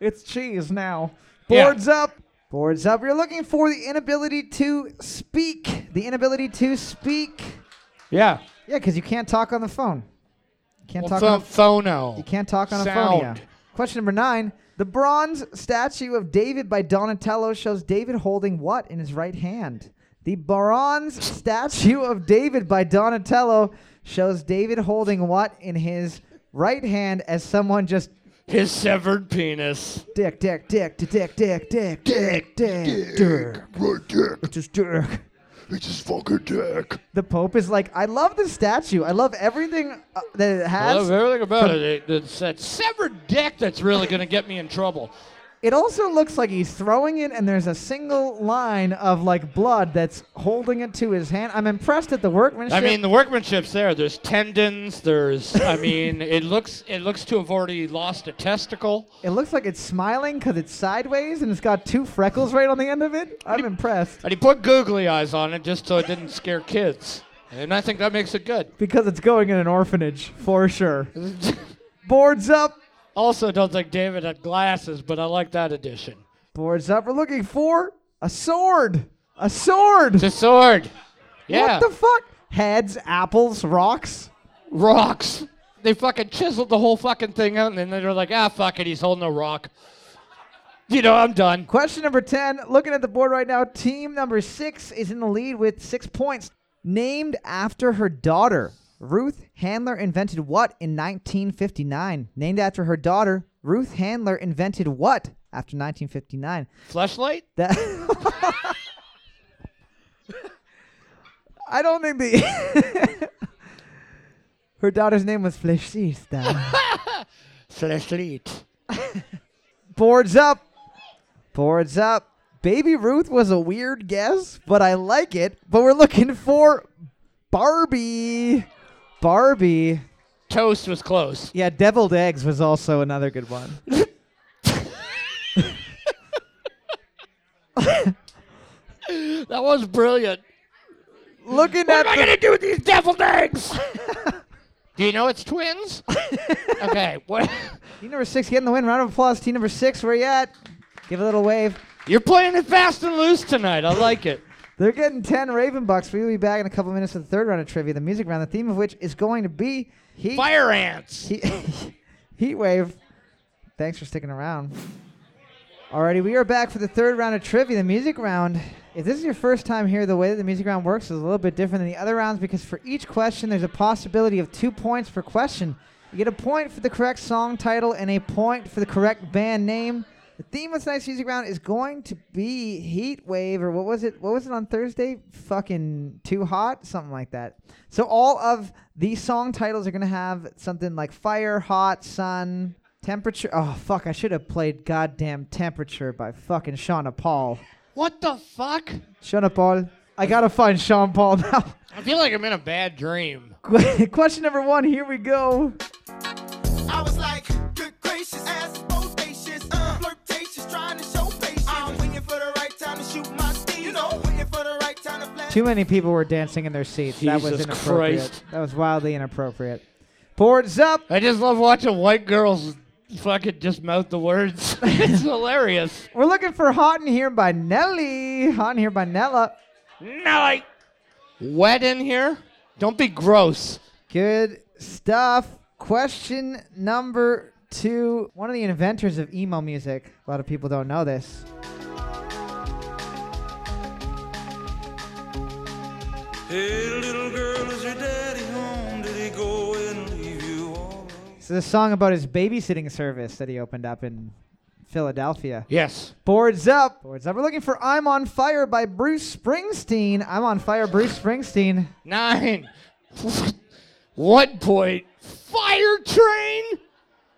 [SPEAKER 2] It's cheese now.
[SPEAKER 1] Yeah.
[SPEAKER 2] Boards up. Boards up. You're looking for the inability to speak. The inability to speak.
[SPEAKER 1] yeah.
[SPEAKER 2] Yeah, because you can't talk on the phone. You can't
[SPEAKER 1] Well,
[SPEAKER 2] talk. On,
[SPEAKER 1] pho- phono.
[SPEAKER 2] you can't talk on a phone. yeah.
[SPEAKER 1] Sound.
[SPEAKER 2] Question number nine. The bronze statue of David by Donatello shows David holding what in his right hand? The bronze statue of David by Donatello shows David holding what in his right hand as someone just
[SPEAKER 1] His severed penis.
[SPEAKER 2] Dick, dick, dick, dick, dick, dick, dick, dick, dick, dick.
[SPEAKER 3] Right dick.
[SPEAKER 2] It's just dick.
[SPEAKER 3] It's his fucking dick.
[SPEAKER 2] The Pope is like, I love the statue. I love everything uh, that it
[SPEAKER 1] I love
[SPEAKER 2] has.
[SPEAKER 1] everything about it. It- It's that severed dick that's really going to get me in trouble.
[SPEAKER 2] It also looks like he's throwing it, and there's a single line of like blood that's holding it to his hand. I'm impressed at the workmanship.
[SPEAKER 1] I mean, the workmanship's there. There's tendons. There's, I mean, it looks it looks to have already lost a testicle.
[SPEAKER 2] it looks like it's smiling because it's sideways and it's got two freckles right on the end of it. I'm impressed
[SPEAKER 1] And he put googly eyes on it just so it didn't scare kids. And I think that makes it good.
[SPEAKER 2] because it's going in an orphanage for sure. Boards up.
[SPEAKER 1] Also, don't think David had glasses, but I like that addition.
[SPEAKER 2] Boards up. We're looking for a sword. A sword.
[SPEAKER 1] The sword. Yeah.
[SPEAKER 2] What the fuck? Heads, apples, rocks.
[SPEAKER 1] Rocks. They fucking chiseled the whole fucking thing out, and then they were like, ah, fuck it, he's holding a rock. You know, I'm done.
[SPEAKER 2] Question number 10. Looking at the board right now, team number six is in the lead with six points. Named after her daughter, Ruth Handler invented what in 1959? Named after her daughter, Ruth Handler invented what after 1959?
[SPEAKER 1] Fleshlight?
[SPEAKER 2] That. I don't think the. her daughter's name was Flechista.
[SPEAKER 1] Fleshlight.
[SPEAKER 2] Boards up. Boards up. Baby Ruth was a weird guess, but I like it. But we're looking for Barbie. Barbie.
[SPEAKER 1] Toast was close.
[SPEAKER 2] Yeah, deviled eggs was also another good one.
[SPEAKER 1] That was brilliant.
[SPEAKER 2] Looking at
[SPEAKER 1] What am I
[SPEAKER 2] the,
[SPEAKER 1] gonna do with these deviled eggs? do you know it's twins? okay, what?
[SPEAKER 2] team number six getting the win. Round of applause. Team number six, where you at? Give a little wave.
[SPEAKER 1] You're playing it fast and loose tonight. I like it.
[SPEAKER 2] They're getting 10 Raven bucks. We'll be back in a couple minutes for the third round of trivia, the music round, the theme of which is going to be Heat,
[SPEAKER 1] Fire ants.
[SPEAKER 2] heat, heat Wave. Thanks for sticking around. Alrighty, we are back for the third round of trivia, the music round. If this is your first time here, the way that the music round works is a little bit different than the other rounds because for each question, there's a possibility of two points per question. You get a point for the correct song title and a point for the correct band name. The theme of tonight's music round is going to be heat wave, or what was it? What was it on Thursday? Fucking too hot, something like that. So all of these song titles are gonna have something like fire, hot, sun, Temperature. Oh fuck! I should have played goddamn temperature by fucking Shauna Paul.
[SPEAKER 1] What the fuck?
[SPEAKER 2] Sean Paul. I gotta find Sean Paul now.
[SPEAKER 1] I feel like I'm in a bad dream.
[SPEAKER 2] Que- Question number one. Here we go.
[SPEAKER 4] I was like, good gracious, ass is bodacious, uh, flirtatious, trying to show patience. I'm waiting for the right time to shoot my steam, you know, waiting for the right time to flash.
[SPEAKER 2] Too many people were dancing in their seats. that was
[SPEAKER 1] Jesus
[SPEAKER 2] inappropriate.
[SPEAKER 1] Christ.
[SPEAKER 2] That was wildly inappropriate. Boards up.
[SPEAKER 1] I just love watching white girls fucking just mouth the words. it's hilarious.
[SPEAKER 2] We're looking for Hot in Here by Nelly. Hot in Here by Nella.
[SPEAKER 1] Now I wet in here. Don't be gross.
[SPEAKER 2] Good stuff. Question number two. One of the inventors of emo music. A lot of people don't know this.
[SPEAKER 5] Hey, little girl, is your daddy home? Did he go and leave you all alone?
[SPEAKER 2] This is a song about his babysitting service that he opened up in Philadelphia.
[SPEAKER 1] Yes.
[SPEAKER 2] Boards up. Boards up. We're looking for I'm on Fire by Bruce Springsteen. I'm on Fire, Bruce Springsteen.
[SPEAKER 1] Nine. One point. Fire train.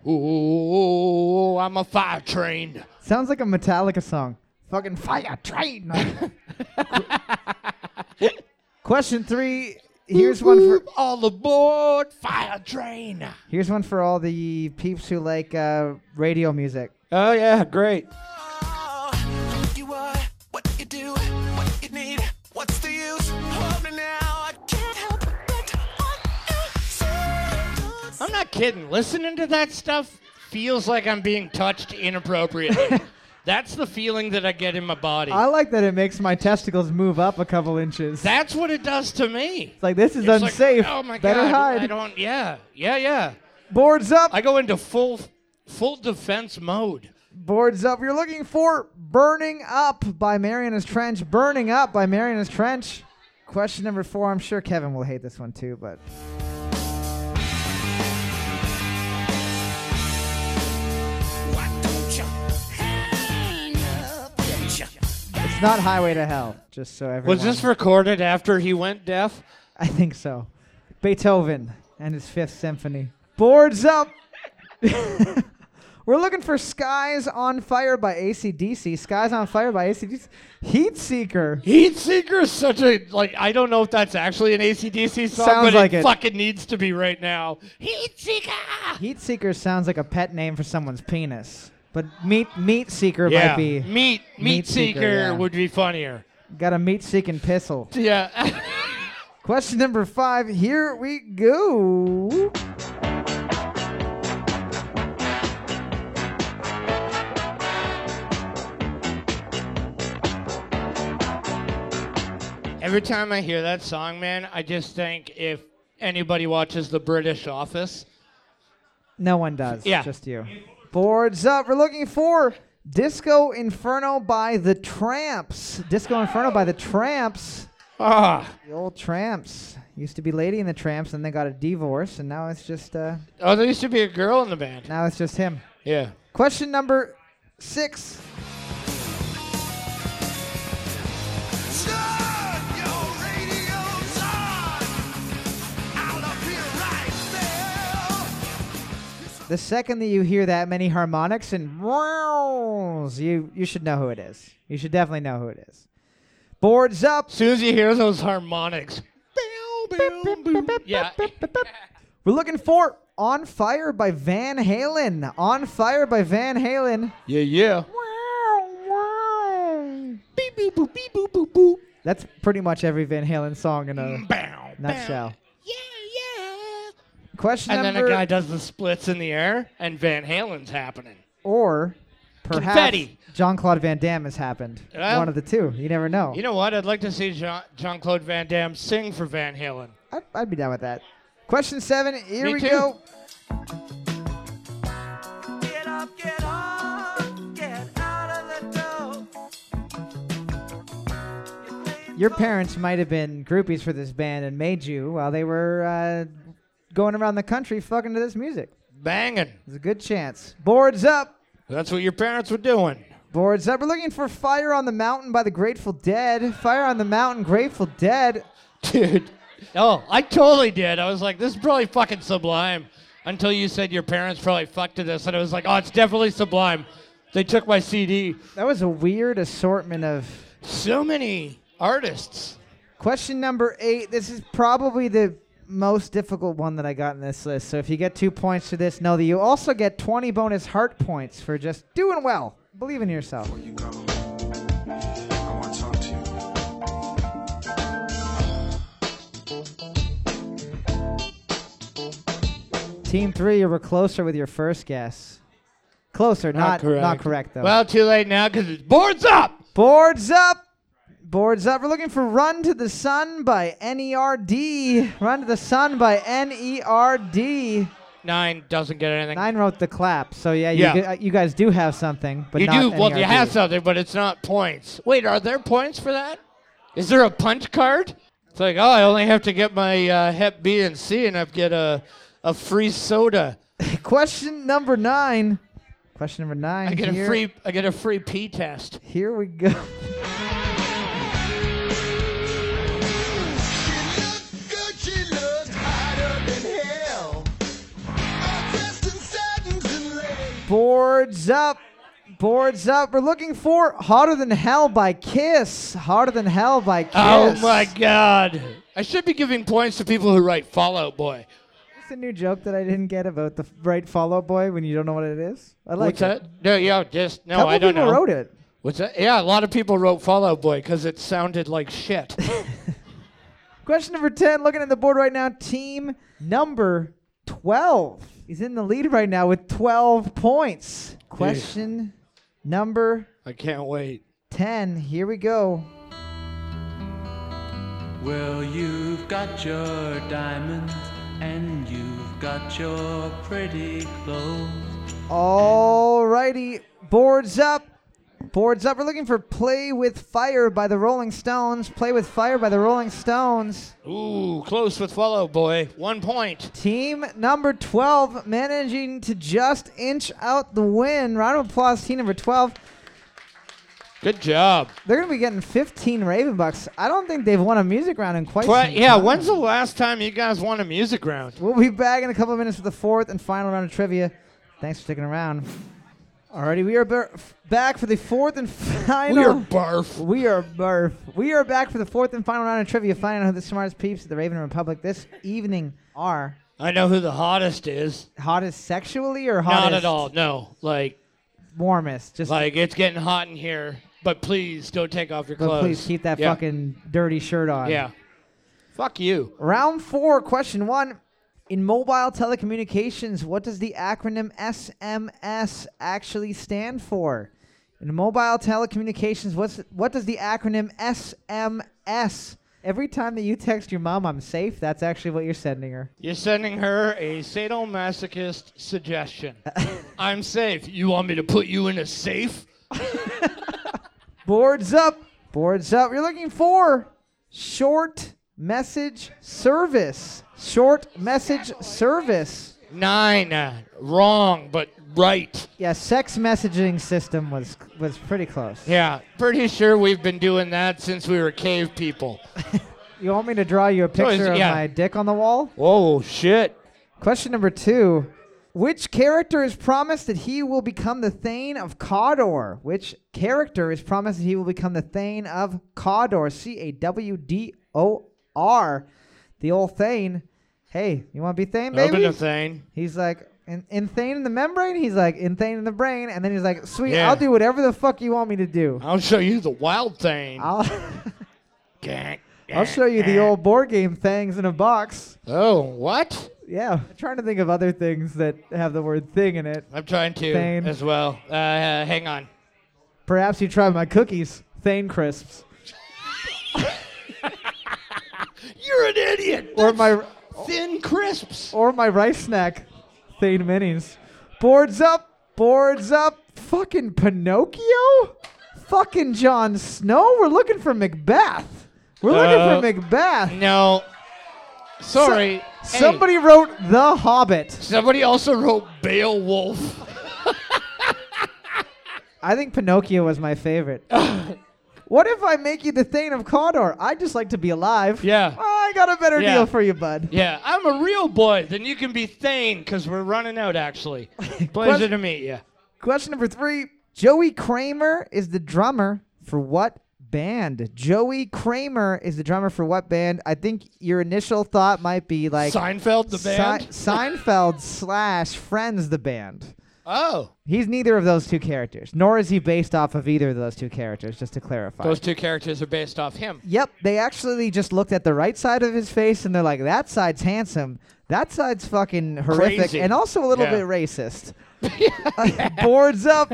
[SPEAKER 1] Ooh, I'm a fire train.
[SPEAKER 2] Sounds like a Metallica song. Fucking Fire Train. Question three. Here's one for
[SPEAKER 1] all aboard fire train.
[SPEAKER 2] Here's one for all the peeps who like uh, radio music.
[SPEAKER 1] Oh yeah, great.
[SPEAKER 4] Oh, who you are, what you do, what you need, what's the use? Hold me now, I can't help but want you. So don't
[SPEAKER 1] I'm not kidding. Listening to that stuff feels like I'm being touched inappropriately. That's the feeling that I get in my body.
[SPEAKER 2] I like that it makes my testicles move up a couple inches. It's
[SPEAKER 1] That's what it does to me.
[SPEAKER 2] like this is
[SPEAKER 1] It's like,
[SPEAKER 2] unsafe.
[SPEAKER 1] oh my
[SPEAKER 2] Better
[SPEAKER 1] god. I
[SPEAKER 2] hide.
[SPEAKER 1] don't yeah. Yeah, yeah.
[SPEAKER 2] Boards up.
[SPEAKER 1] I go into full full defense mode.
[SPEAKER 2] Boards up. You're looking for "Burning Up" by Mariana's Trench. "Burning Up" by Mariana's Trench. Question number four. I'm sure Kevin will hate this one too, but
[SPEAKER 4] Why don't you hang up, don't you?
[SPEAKER 2] it's not "Highway to Hell." Just so everyone.
[SPEAKER 1] Was this recorded after he went deaf?
[SPEAKER 2] I think so. Beethoven and his Fifth Symphony. Boards up. We're looking for Skies on Fire by ACDC. Skies on Fire by ACDC. Heat Seeker.
[SPEAKER 1] Heat Seeker is such a like I don't know if that's actually an ACDC song,
[SPEAKER 2] Sounds
[SPEAKER 1] but
[SPEAKER 2] like
[SPEAKER 1] it,
[SPEAKER 2] it.
[SPEAKER 1] fucking needs to be right now. Heat Seeker
[SPEAKER 2] Heat Seeker sounds like a pet name for someone's penis. But Meat Meat Seeker might be.
[SPEAKER 1] Meat Meat,
[SPEAKER 2] Meat Seeker,
[SPEAKER 1] Seeker,
[SPEAKER 2] yeah.
[SPEAKER 1] would be funnier.
[SPEAKER 2] Got a meat seeking pistol.
[SPEAKER 1] Yeah.
[SPEAKER 2] Question number five. Here we go.
[SPEAKER 1] Every time I hear that song, man, I just think if anybody watches The British Office,
[SPEAKER 2] No one does.
[SPEAKER 1] Yeah.
[SPEAKER 2] Just you. Boards up. We're looking for Disco Inferno by the Tramps. Disco Inferno by the Tramps.
[SPEAKER 1] ah,
[SPEAKER 2] The old Tramps. Used to be Lady in the Tramps, and they got a divorce, and now it's just uh,
[SPEAKER 1] oh, there used to be a girl in the band.
[SPEAKER 2] now it's just him.
[SPEAKER 1] Yeah.
[SPEAKER 2] Question number six.
[SPEAKER 4] Turn your radios on. I'll appear right there.
[SPEAKER 2] The second that you hear that many harmonics and wows, you you should know who it is. You should definitely know who it is. Boards up.
[SPEAKER 1] As soon as you hear those harmonics, bow, bow, bow. yeah,
[SPEAKER 2] We're looking for "On Fire" by Van Halen. "On Fire" by Van Halen.
[SPEAKER 1] yeah, yeah. Beep, beep, boop, beep, boop, boop, boop.
[SPEAKER 2] That's pretty much every Van Halen song in a
[SPEAKER 1] Bow,
[SPEAKER 2] nutshell.
[SPEAKER 1] Yeah, yeah.
[SPEAKER 2] Question
[SPEAKER 1] And then
[SPEAKER 2] number
[SPEAKER 1] a guy does the splits in the air, and Van Halen's happening.
[SPEAKER 2] or perhaps
[SPEAKER 1] Confetti.
[SPEAKER 2] John Claude Van Damme has happened.
[SPEAKER 1] Well-
[SPEAKER 2] One of the two. You never know.
[SPEAKER 1] You know what? I'd like to see Jean Claude Van Damme sing for Van Halen.
[SPEAKER 2] I'd, I'd be down with that. Question seven. Here
[SPEAKER 1] Me
[SPEAKER 2] we
[SPEAKER 1] too.
[SPEAKER 2] go.
[SPEAKER 4] Get up, get up, get out of the door.
[SPEAKER 2] Your parents might have been groupies for this band and made you while they were uh, going around the country fucking to this music.
[SPEAKER 1] Banging.
[SPEAKER 2] There's a good chance. Boards up.
[SPEAKER 1] That's what your parents were doing.
[SPEAKER 2] Boards up. We're looking for Fire on the Mountain by the Grateful Dead. Fire on the Mountain, Grateful Dead.
[SPEAKER 1] Dude. Oh, I totally did. I was like, this is probably fucking sublime. Until you said your parents probably fucked to this, and I was like, oh, it's definitely sublime. They took my CD.
[SPEAKER 2] That was a weird assortment of
[SPEAKER 1] So many artists.
[SPEAKER 2] Question number eight. This is probably the most difficult one that I got in this list. So if you get two points for this, know that you also get 20 bonus heart points for just doing well. Believe in yourself.
[SPEAKER 6] you go. I want to talk to you.
[SPEAKER 2] Team three, you were closer with your first guess. Closer, not not correct, though.
[SPEAKER 1] Well, too late now because it's boards up.
[SPEAKER 2] boards up, boards up. We're looking for "Run to the Sun" by N.E.R.D. "Run to the Sun" by N.E.R.D.
[SPEAKER 1] Nine doesn't get anything.
[SPEAKER 2] Nine wrote the clap, so yeah, you,
[SPEAKER 1] Yeah.
[SPEAKER 2] gu- uh, you guys do have something, but
[SPEAKER 1] you
[SPEAKER 2] not E
[SPEAKER 1] do. Well, you
[SPEAKER 2] NERD.
[SPEAKER 1] have something, but it's not points. Wait, are there points for that? Is there a punch card? It's like, oh, I only have to get my uh, Hep B and C, and I get a a free soda.
[SPEAKER 2] Question number nine. Question number nine.
[SPEAKER 1] I get
[SPEAKER 2] here,
[SPEAKER 1] a free I get a free pee test.
[SPEAKER 2] Here we go. Boards up. Boards up. We're looking for Harder Than Hell by Kiss. Harder Than Hell by Kiss.
[SPEAKER 1] Oh my God! I should be giving points to people who write Fallout Boy.
[SPEAKER 2] It's a new joke that I didn't get about the f- right Fall Out Boy when you don't know what it is. I like
[SPEAKER 1] What's
[SPEAKER 2] it.
[SPEAKER 1] that? No, yeah, just no.
[SPEAKER 2] Couple
[SPEAKER 1] I don't
[SPEAKER 2] people
[SPEAKER 1] know.
[SPEAKER 2] wrote it.
[SPEAKER 1] What's that? Yeah, a lot of people wrote Fallout Boy because it sounded like shit.
[SPEAKER 2] Question number 10, looking at the board right now, team number 12 is in the lead right now with 12 points. Question number
[SPEAKER 1] I can't wait.
[SPEAKER 2] 10, here we go.
[SPEAKER 7] Well, you've got your diamonds and you've got your pretty clothes.
[SPEAKER 2] Alrighty, boards up. Boards up. We're looking for Play with Fire by the Rolling Stones. Play with Fire by the Rolling Stones.
[SPEAKER 1] Ooh, close with Fallout Boy. One point.
[SPEAKER 2] Team number 12 managing to just inch out the win. Round of applause, team number 12.
[SPEAKER 1] Good job.
[SPEAKER 2] They're gonna be getting 15 Raven bucks. I don't think they've won a music round in quite.
[SPEAKER 1] Well,
[SPEAKER 2] some
[SPEAKER 1] yeah,
[SPEAKER 2] time.
[SPEAKER 1] when's the last time you guys won a music round?
[SPEAKER 2] We'll be back in a couple of minutes for the fourth and final round of trivia. Thanks for sticking around. Alrighty, we are bar- f- back for the fourth and final.
[SPEAKER 1] We are barf.
[SPEAKER 2] We are barf. We are back for the fourth and final round of trivia, finding out who the smartest peeps at the Raven Republic this evening are.
[SPEAKER 1] I know who the hottest is.
[SPEAKER 2] Hottest sexually or hottest?
[SPEAKER 1] Not at all. No, like,
[SPEAKER 2] Warmest. Just
[SPEAKER 1] like it's getting hot in here. But please don't take off your
[SPEAKER 2] but
[SPEAKER 1] clothes.
[SPEAKER 2] please keep that
[SPEAKER 1] Yeah.
[SPEAKER 2] fucking dirty shirt on.
[SPEAKER 1] Yeah. Fuck you.
[SPEAKER 2] Round four, question one. In mobile telecommunications, what does the acronym SMS actually stand for? In mobile telecommunications, what's what does the acronym SMS? Every time that you text your mom, I'm safe. That's actually what you're sending her.
[SPEAKER 1] You're sending her a sadomasochist suggestion. I'm safe. You want me to put you in a safe?
[SPEAKER 2] Boards up, boards up. You're looking for short message service. Short message service.
[SPEAKER 1] Nine. Uh, wrong, but right.
[SPEAKER 2] Yeah, sex messaging system was was pretty close.
[SPEAKER 1] Yeah. Pretty sure we've been doing that since we were cave people.
[SPEAKER 2] You want me to draw you a
[SPEAKER 1] is-
[SPEAKER 2] picture of
[SPEAKER 1] yeah.
[SPEAKER 2] my dick on the wall?
[SPEAKER 1] Whoa, shit.
[SPEAKER 2] Question number two. Which character is promised that he will become the Thane of Cawdor? Which character is promised that he will become the Thane of Cawdor? C A W D O R. The old Thane. Hey, you want to be Thane,
[SPEAKER 1] Open
[SPEAKER 2] baby?
[SPEAKER 1] a thing.
[SPEAKER 2] He's like, in, in Thane in the membrane? He's like, in Thane in the brain. And then he's like, sweet,
[SPEAKER 1] Yeah.
[SPEAKER 2] I'll do whatever the fuck you want me to do.
[SPEAKER 1] I'll show you the wild thing.
[SPEAKER 2] I'll,
[SPEAKER 1] Gank,
[SPEAKER 2] I'll
[SPEAKER 1] gank,
[SPEAKER 2] show you the
[SPEAKER 1] gank.
[SPEAKER 2] old board game things in a box.
[SPEAKER 1] Oh, what?
[SPEAKER 2] Yeah, I'm trying to think of other things that have the word thing in it.
[SPEAKER 1] I'm trying to
[SPEAKER 2] Thane.
[SPEAKER 1] as well. Uh, uh, hang on.
[SPEAKER 2] Perhaps you try my cookies, Thane crisps,
[SPEAKER 1] You're an idiot.
[SPEAKER 2] or my
[SPEAKER 1] thin crisps.
[SPEAKER 2] or my rice snack, Thane minis. Boards up, boards up. Fucking Pinocchio, fucking Jon Snow. We're looking for Macbeth. We're
[SPEAKER 1] Uh,
[SPEAKER 2] looking for Macbeth.
[SPEAKER 1] No. Sorry. Hey,
[SPEAKER 2] Somebody wrote The Hobbit.
[SPEAKER 1] Somebody also wrote Beowulf.
[SPEAKER 2] I think Pinocchio was my favorite. what if I make you the Thane of Cawdor? I'd just like to be alive.
[SPEAKER 1] Yeah.
[SPEAKER 2] I got a better
[SPEAKER 1] Yeah.
[SPEAKER 2] deal for you, bud.
[SPEAKER 1] Yeah, I'm a real boy. Then you can be Thane, because we're running out, actually. Pleasure to meet you.
[SPEAKER 2] Question number three Joey Kramer is the drummer for what band? Joey Kramer is the drummer for what band? I think your initial thought might be like
[SPEAKER 1] Seinfeld the
[SPEAKER 2] Se-
[SPEAKER 1] band.
[SPEAKER 2] Seinfeld slash Friends the band.
[SPEAKER 1] oh,
[SPEAKER 2] He's neither of those two characters, nor is he based off of either of those two characters. Just to clarify.
[SPEAKER 1] those two characters are based off him.
[SPEAKER 2] Yep, they actually just looked at the right side of his face and they're like, that side's handsome. That side's fucking horrific
[SPEAKER 1] Crazy.
[SPEAKER 2] and also a little
[SPEAKER 1] Yeah.
[SPEAKER 2] bit racist. Uh, Boards up.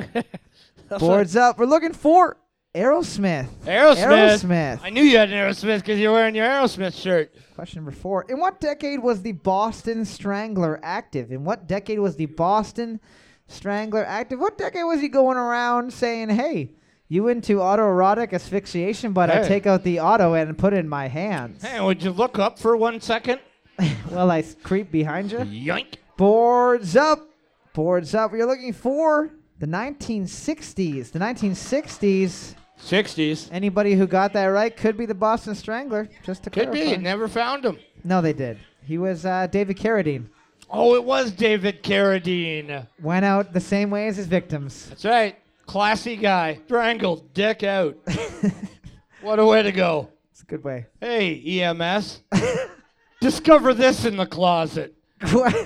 [SPEAKER 2] Boards up. We're looking for Aerosmith.
[SPEAKER 1] Aerosmith.
[SPEAKER 2] Aerosmith.
[SPEAKER 1] I knew you had an Aerosmith because you're wearing your Aerosmith shirt.
[SPEAKER 2] Question number four. In what decade was the Boston Strangler active? In what decade was the Boston Strangler active? What decade was he going around saying, hey, you into autoerotic asphyxiation, but I
[SPEAKER 1] Hey.
[SPEAKER 2] take out the auto and put it in my hands.
[SPEAKER 1] Hey, would you look up for one second?
[SPEAKER 2] Well, I s- creep behind you.
[SPEAKER 1] Yoink.
[SPEAKER 2] Boards up. Boards up. You're looking for the 1960s. The 1960s.
[SPEAKER 1] 60s.
[SPEAKER 2] Anybody who got that right could be the Boston Strangler. Just to
[SPEAKER 1] Could be.
[SPEAKER 2] clarify.
[SPEAKER 1] Never found him.
[SPEAKER 2] No, they did. He was uh, David Carradine.
[SPEAKER 1] Oh, it was David Carradine.
[SPEAKER 2] Went out the same way as his victims.
[SPEAKER 1] That's right. Classy guy. Strangled. Dick out. what a way to go.
[SPEAKER 2] It's a good way.
[SPEAKER 1] Hey, EMS. Discover this in the closet.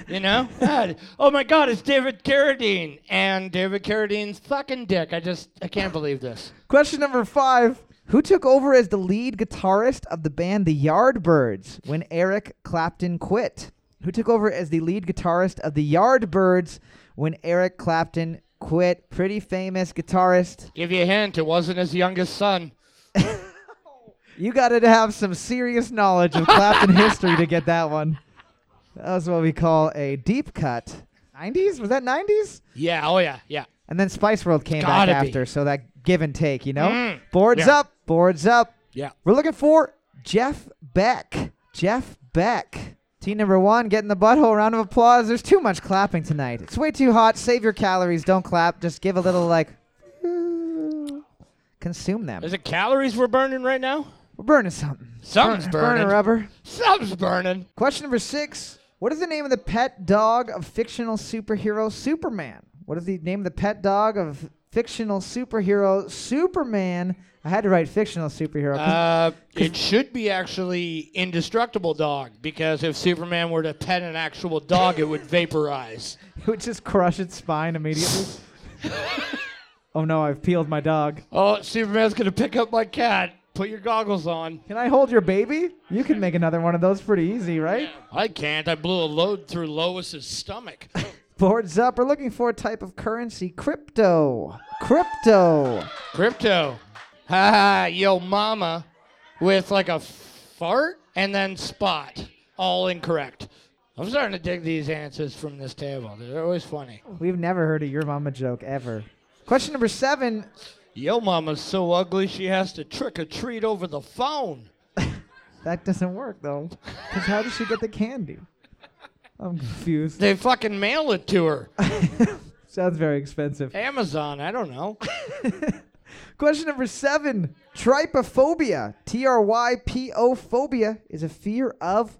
[SPEAKER 1] You know? God. Oh my God, it's David Carradine. And David Carradine's fucking dick. I just, I can't believe this.
[SPEAKER 2] Question number five. Who took over as the lead guitarist of the band The Yardbirds when Eric Clapton quit? Who took over as the lead guitarist of The Yardbirds when Eric Clapton quit? Pretty famous guitarist.
[SPEAKER 1] Give you a hint, it wasn't his youngest son.
[SPEAKER 2] You got to have some serious knowledge of Clapton history to get that one. That was what we call a deep cut. 90s? Was that 90s?
[SPEAKER 1] Yeah, oh yeah, yeah.
[SPEAKER 2] And then Spice World came back
[SPEAKER 1] Gotta be.
[SPEAKER 2] after, so that give and take, you know?
[SPEAKER 1] Mm.
[SPEAKER 2] Boards
[SPEAKER 1] Yeah.
[SPEAKER 2] up, boards up.
[SPEAKER 1] Yeah.
[SPEAKER 2] We're looking for Jeff Beck. Jeff Beck. Team number one, getting the butthole. Round of applause. There's too much clapping tonight. It's way too hot. Save your calories. Don't clap. Just give a little, like, consume them.
[SPEAKER 1] Is it calories we're burning right now?
[SPEAKER 2] We're burning something.
[SPEAKER 1] Something's burning.
[SPEAKER 2] Burning rubber.
[SPEAKER 1] Something's burning.
[SPEAKER 2] Question number six. What is the name of the pet dog of fictional superhero Superman? What is the name of the pet dog of fictional superhero Superman? I had to write fictional superhero. 'cause-
[SPEAKER 1] Uh, it should be actually indestructible dog because if Superman were to pet an actual dog, it would vaporize.
[SPEAKER 2] It would just crush its spine immediately. oh no, I've peeled my dog.
[SPEAKER 1] Oh, Superman's gonna pick up my cat. Put your goggles on.
[SPEAKER 2] Can I hold your baby? You can make another one of those pretty easy, right?
[SPEAKER 1] I can't. I blew a load through Lois's stomach.
[SPEAKER 2] Boards up. We're looking for a type of currency crypto. Crypto.
[SPEAKER 1] Crypto. Ha ha, yo mama with like a fart and then spot. All incorrect. I'm starting to dig these answers from this table. They're always funny.
[SPEAKER 2] We've never heard a your mama joke ever. Question number seven.
[SPEAKER 1] Yo mama's so ugly she has to trick or treat over the phone.
[SPEAKER 2] That doesn't work though. Because how does she get the candy? I'm confused.
[SPEAKER 1] They fucking mail it to her.
[SPEAKER 2] Sounds very expensive.
[SPEAKER 1] Amazon, I don't know.
[SPEAKER 2] Oh Question number seven. Trypophobia. T R Y P O phobia is a fear of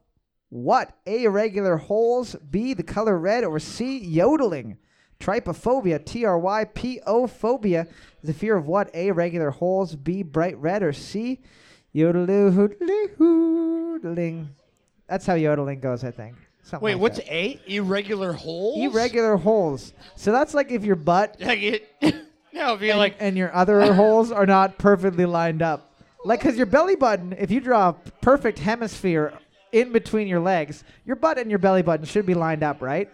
[SPEAKER 2] what? A irregular holes, B the color red, or C yodeling. Trypophobia, T R Y P O phobia is a fear of what? A irregular holes, B bright red, or C yodeloo hoodloo hoodling. That's how yodeling goes, I think. Something
[SPEAKER 1] Wait,
[SPEAKER 2] like
[SPEAKER 1] what's
[SPEAKER 2] that.
[SPEAKER 1] A? Irregular holes?
[SPEAKER 2] Irregular holes. So that's like if your butt
[SPEAKER 1] Like it, no, if you're like,
[SPEAKER 2] and your other holes are not perfectly lined up. Like, because your belly button, if you draw a perfect hemisphere in between your legs, your butt and your belly button should be lined up, right?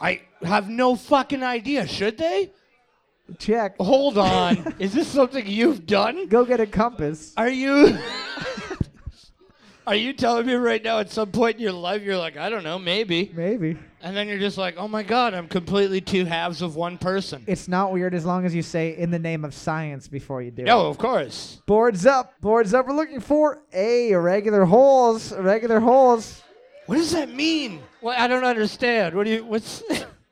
[SPEAKER 1] I have no fucking idea. Should they?
[SPEAKER 2] Check.
[SPEAKER 1] Hold on. Is this something you've done?
[SPEAKER 2] Go get a compass.
[SPEAKER 1] Are you Are you telling me right now at some point in your life you're like, I don't know, maybe.
[SPEAKER 2] Maybe.
[SPEAKER 1] And then you're just like, "Oh my god, I'm completely two halves of one person."
[SPEAKER 2] It's not weird as long as you say in the name of science before you do it.
[SPEAKER 1] No, of course.
[SPEAKER 2] Boards up. Boards up. We're looking for A, irregular holes. Irregular holes.
[SPEAKER 1] What does that mean? Well, I don't understand. What do you what's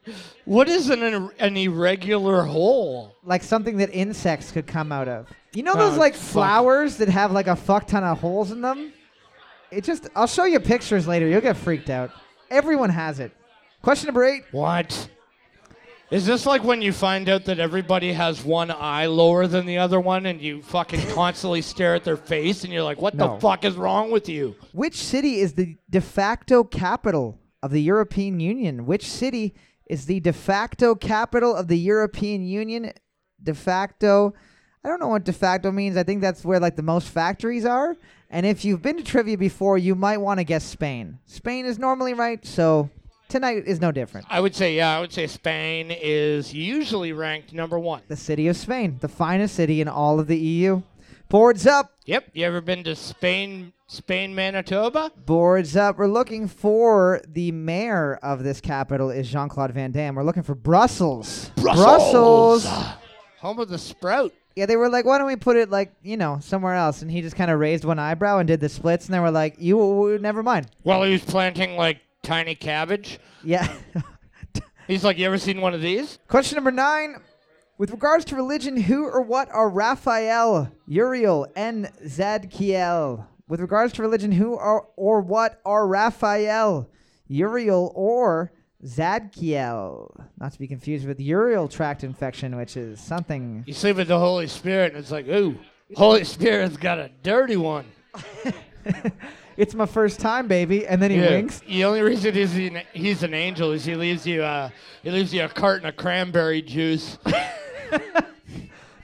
[SPEAKER 1] What is an ir- an irregular hole?
[SPEAKER 2] like something that insects could come out of. You know
[SPEAKER 1] Oh,
[SPEAKER 2] those like
[SPEAKER 1] fuck.
[SPEAKER 2] flowers that have like a fuck ton of holes in them? It just I'll show you pictures later. You'll get freaked out. Everyone has it. Question number 8.
[SPEAKER 1] What? Is this like when you find out that everybody has one eye lower than the other one and you fucking constantly stare at their face and you're like, what
[SPEAKER 2] No.
[SPEAKER 1] the fuck is wrong with you?
[SPEAKER 2] Which city is the de facto capital of the European Union? Which city is the de facto capital of the European Union? De facto. I don't know what de facto means. I think that's where like the most factories are. And if you've been to trivia before, you might want to guess Spain. Spain is normally right, so tonight is no different.
[SPEAKER 1] I would say, yeah, I would say Spain is usually ranked number one.
[SPEAKER 2] The city of Spain, the finest city in all of the EU. Boards up.
[SPEAKER 1] Yep. You ever been to Spain, Spain, Manitoba?
[SPEAKER 2] Boards up. We're looking for the mayor of this capital is Jean Claude Van Damme. We're looking for Brussels. Brussels.
[SPEAKER 1] Home of the sprout.
[SPEAKER 2] Yeah, they were like, why don't we put it like you know somewhere else? And he just kind of raised one eyebrow and did the splits, and they were like, you never mind.
[SPEAKER 1] While he was planting like tiny cabbage.
[SPEAKER 2] Yeah.
[SPEAKER 1] He's like, you ever seen one of these?
[SPEAKER 2] Question number nine. With regards to religion, who or what are Raphael, Uriel, and Zadkiel? With regards to religion, who are or what are Raphael, Uriel, or Zadkiel? Not to be confused with Uriel tract infection, which is something.
[SPEAKER 1] You sleep with the Holy Spirit and it's like, ooh, Holy Spirit's got a dirty one.
[SPEAKER 2] It's my first time, baby. And then he winks.
[SPEAKER 1] The only reason he's an, he's an angel is he leaves you uh, he leaves you a carton of cranberry juice.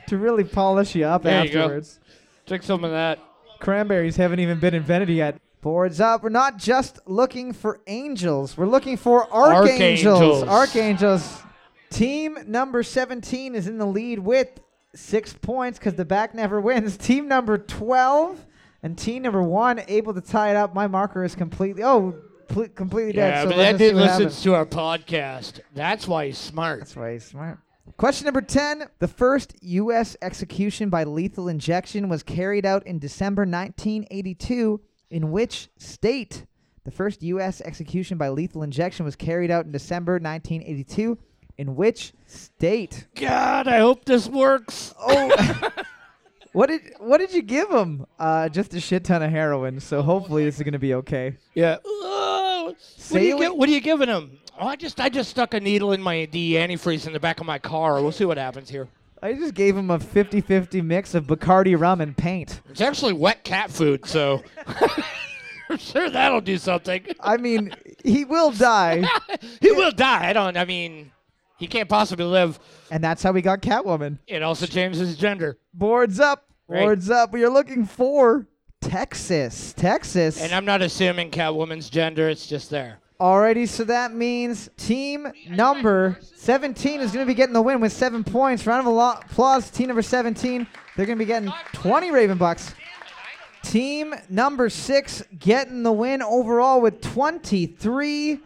[SPEAKER 2] to really polish you up
[SPEAKER 1] There you go.
[SPEAKER 2] afterwards.
[SPEAKER 1] Drink some of that.
[SPEAKER 2] Cranberries haven't even been invented yet. Boards up. We're not just looking for angels. We're looking for archangels.
[SPEAKER 1] Archangels.
[SPEAKER 2] Archangels. Team number 17 is in the lead with six points because the back never wins. Team number 12 and team number one able to tie it up. My marker is completely, oh, pl- completely dead.
[SPEAKER 1] Yeah,
[SPEAKER 2] so
[SPEAKER 1] but
[SPEAKER 2] let's just
[SPEAKER 1] that
[SPEAKER 2] see
[SPEAKER 1] dude
[SPEAKER 2] what
[SPEAKER 1] listens
[SPEAKER 2] happens.
[SPEAKER 1] to our podcast. That's why he's smart.
[SPEAKER 2] That's why he's smart. Question number 10. The first U.S. execution by lethal injection was carried out in December 1982 in which state? The first U.S. execution by lethal injection was carried out in December 1982 in which state?
[SPEAKER 1] God, I hope this works.
[SPEAKER 2] Oh. What did what did you give him? Uh, just a shit ton of heroin. So hopefully this is gonna be okay.
[SPEAKER 1] Yeah. Oh, what, do
[SPEAKER 2] Say
[SPEAKER 1] you
[SPEAKER 2] we-
[SPEAKER 1] get, what are you giving him? Oh, I just I just stuck a needle in my the antifreeze in the back of my car. We'll see what happens here.
[SPEAKER 2] I just gave him a 50-50 mix of Bacardi rum and paint.
[SPEAKER 1] It's actually wet cat food, so I'm sure that'll do something.
[SPEAKER 2] I mean, he will die.
[SPEAKER 1] he will die. I don't. I mean, he can't possibly live.
[SPEAKER 2] And that's how we got Catwoman.
[SPEAKER 1] It also changes his gender.
[SPEAKER 2] Boards up.
[SPEAKER 1] Right.
[SPEAKER 2] Boards up. We are looking for Texas. Texas.
[SPEAKER 1] And I'm not assuming Catwoman's gender. It's just there.
[SPEAKER 2] Alrighty, so that means team number 17 is going to be getting the win with seven points. Round of allo- applause, to team number 17. They're going to be getting 20 Raven Bucks. Team number six getting the win overall with 23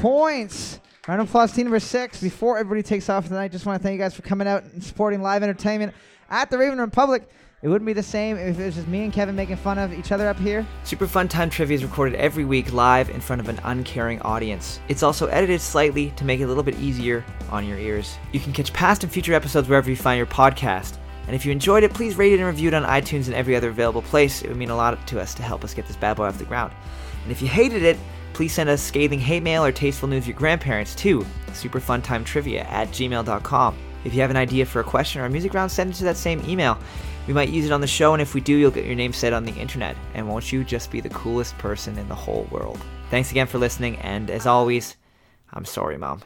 [SPEAKER 2] points. Round of applause, team number six. Before everybody takes off tonight, just want to thank you guys for coming out and supporting live entertainment at the Raven Republic. It wouldn't be the same if it was just me and Kevin making fun of each other up here.
[SPEAKER 8] Super Fun Time Trivia is recorded every week live in front of an uncaring audience. It's also edited slightly to make it a little bit easier on your ears. You can catch past and future episodes wherever you find your podcast. And if you enjoyed it, please rate it and review it on iTunes and every other available place. It would mean a lot to us to help us get this bad boy off the ground. And if you hated it, please send us scathing hate mail or tasteful news of your grandparents to superfuntimetrivia at gmail.com. If you have an idea for a question or a music round, send it to that same email. We might use it on the show, and if we do, you'll get your name said on the internet. And won't you just be the coolest person in the whole world? Thanks again for listening, and as always, I'm sorry, Mom.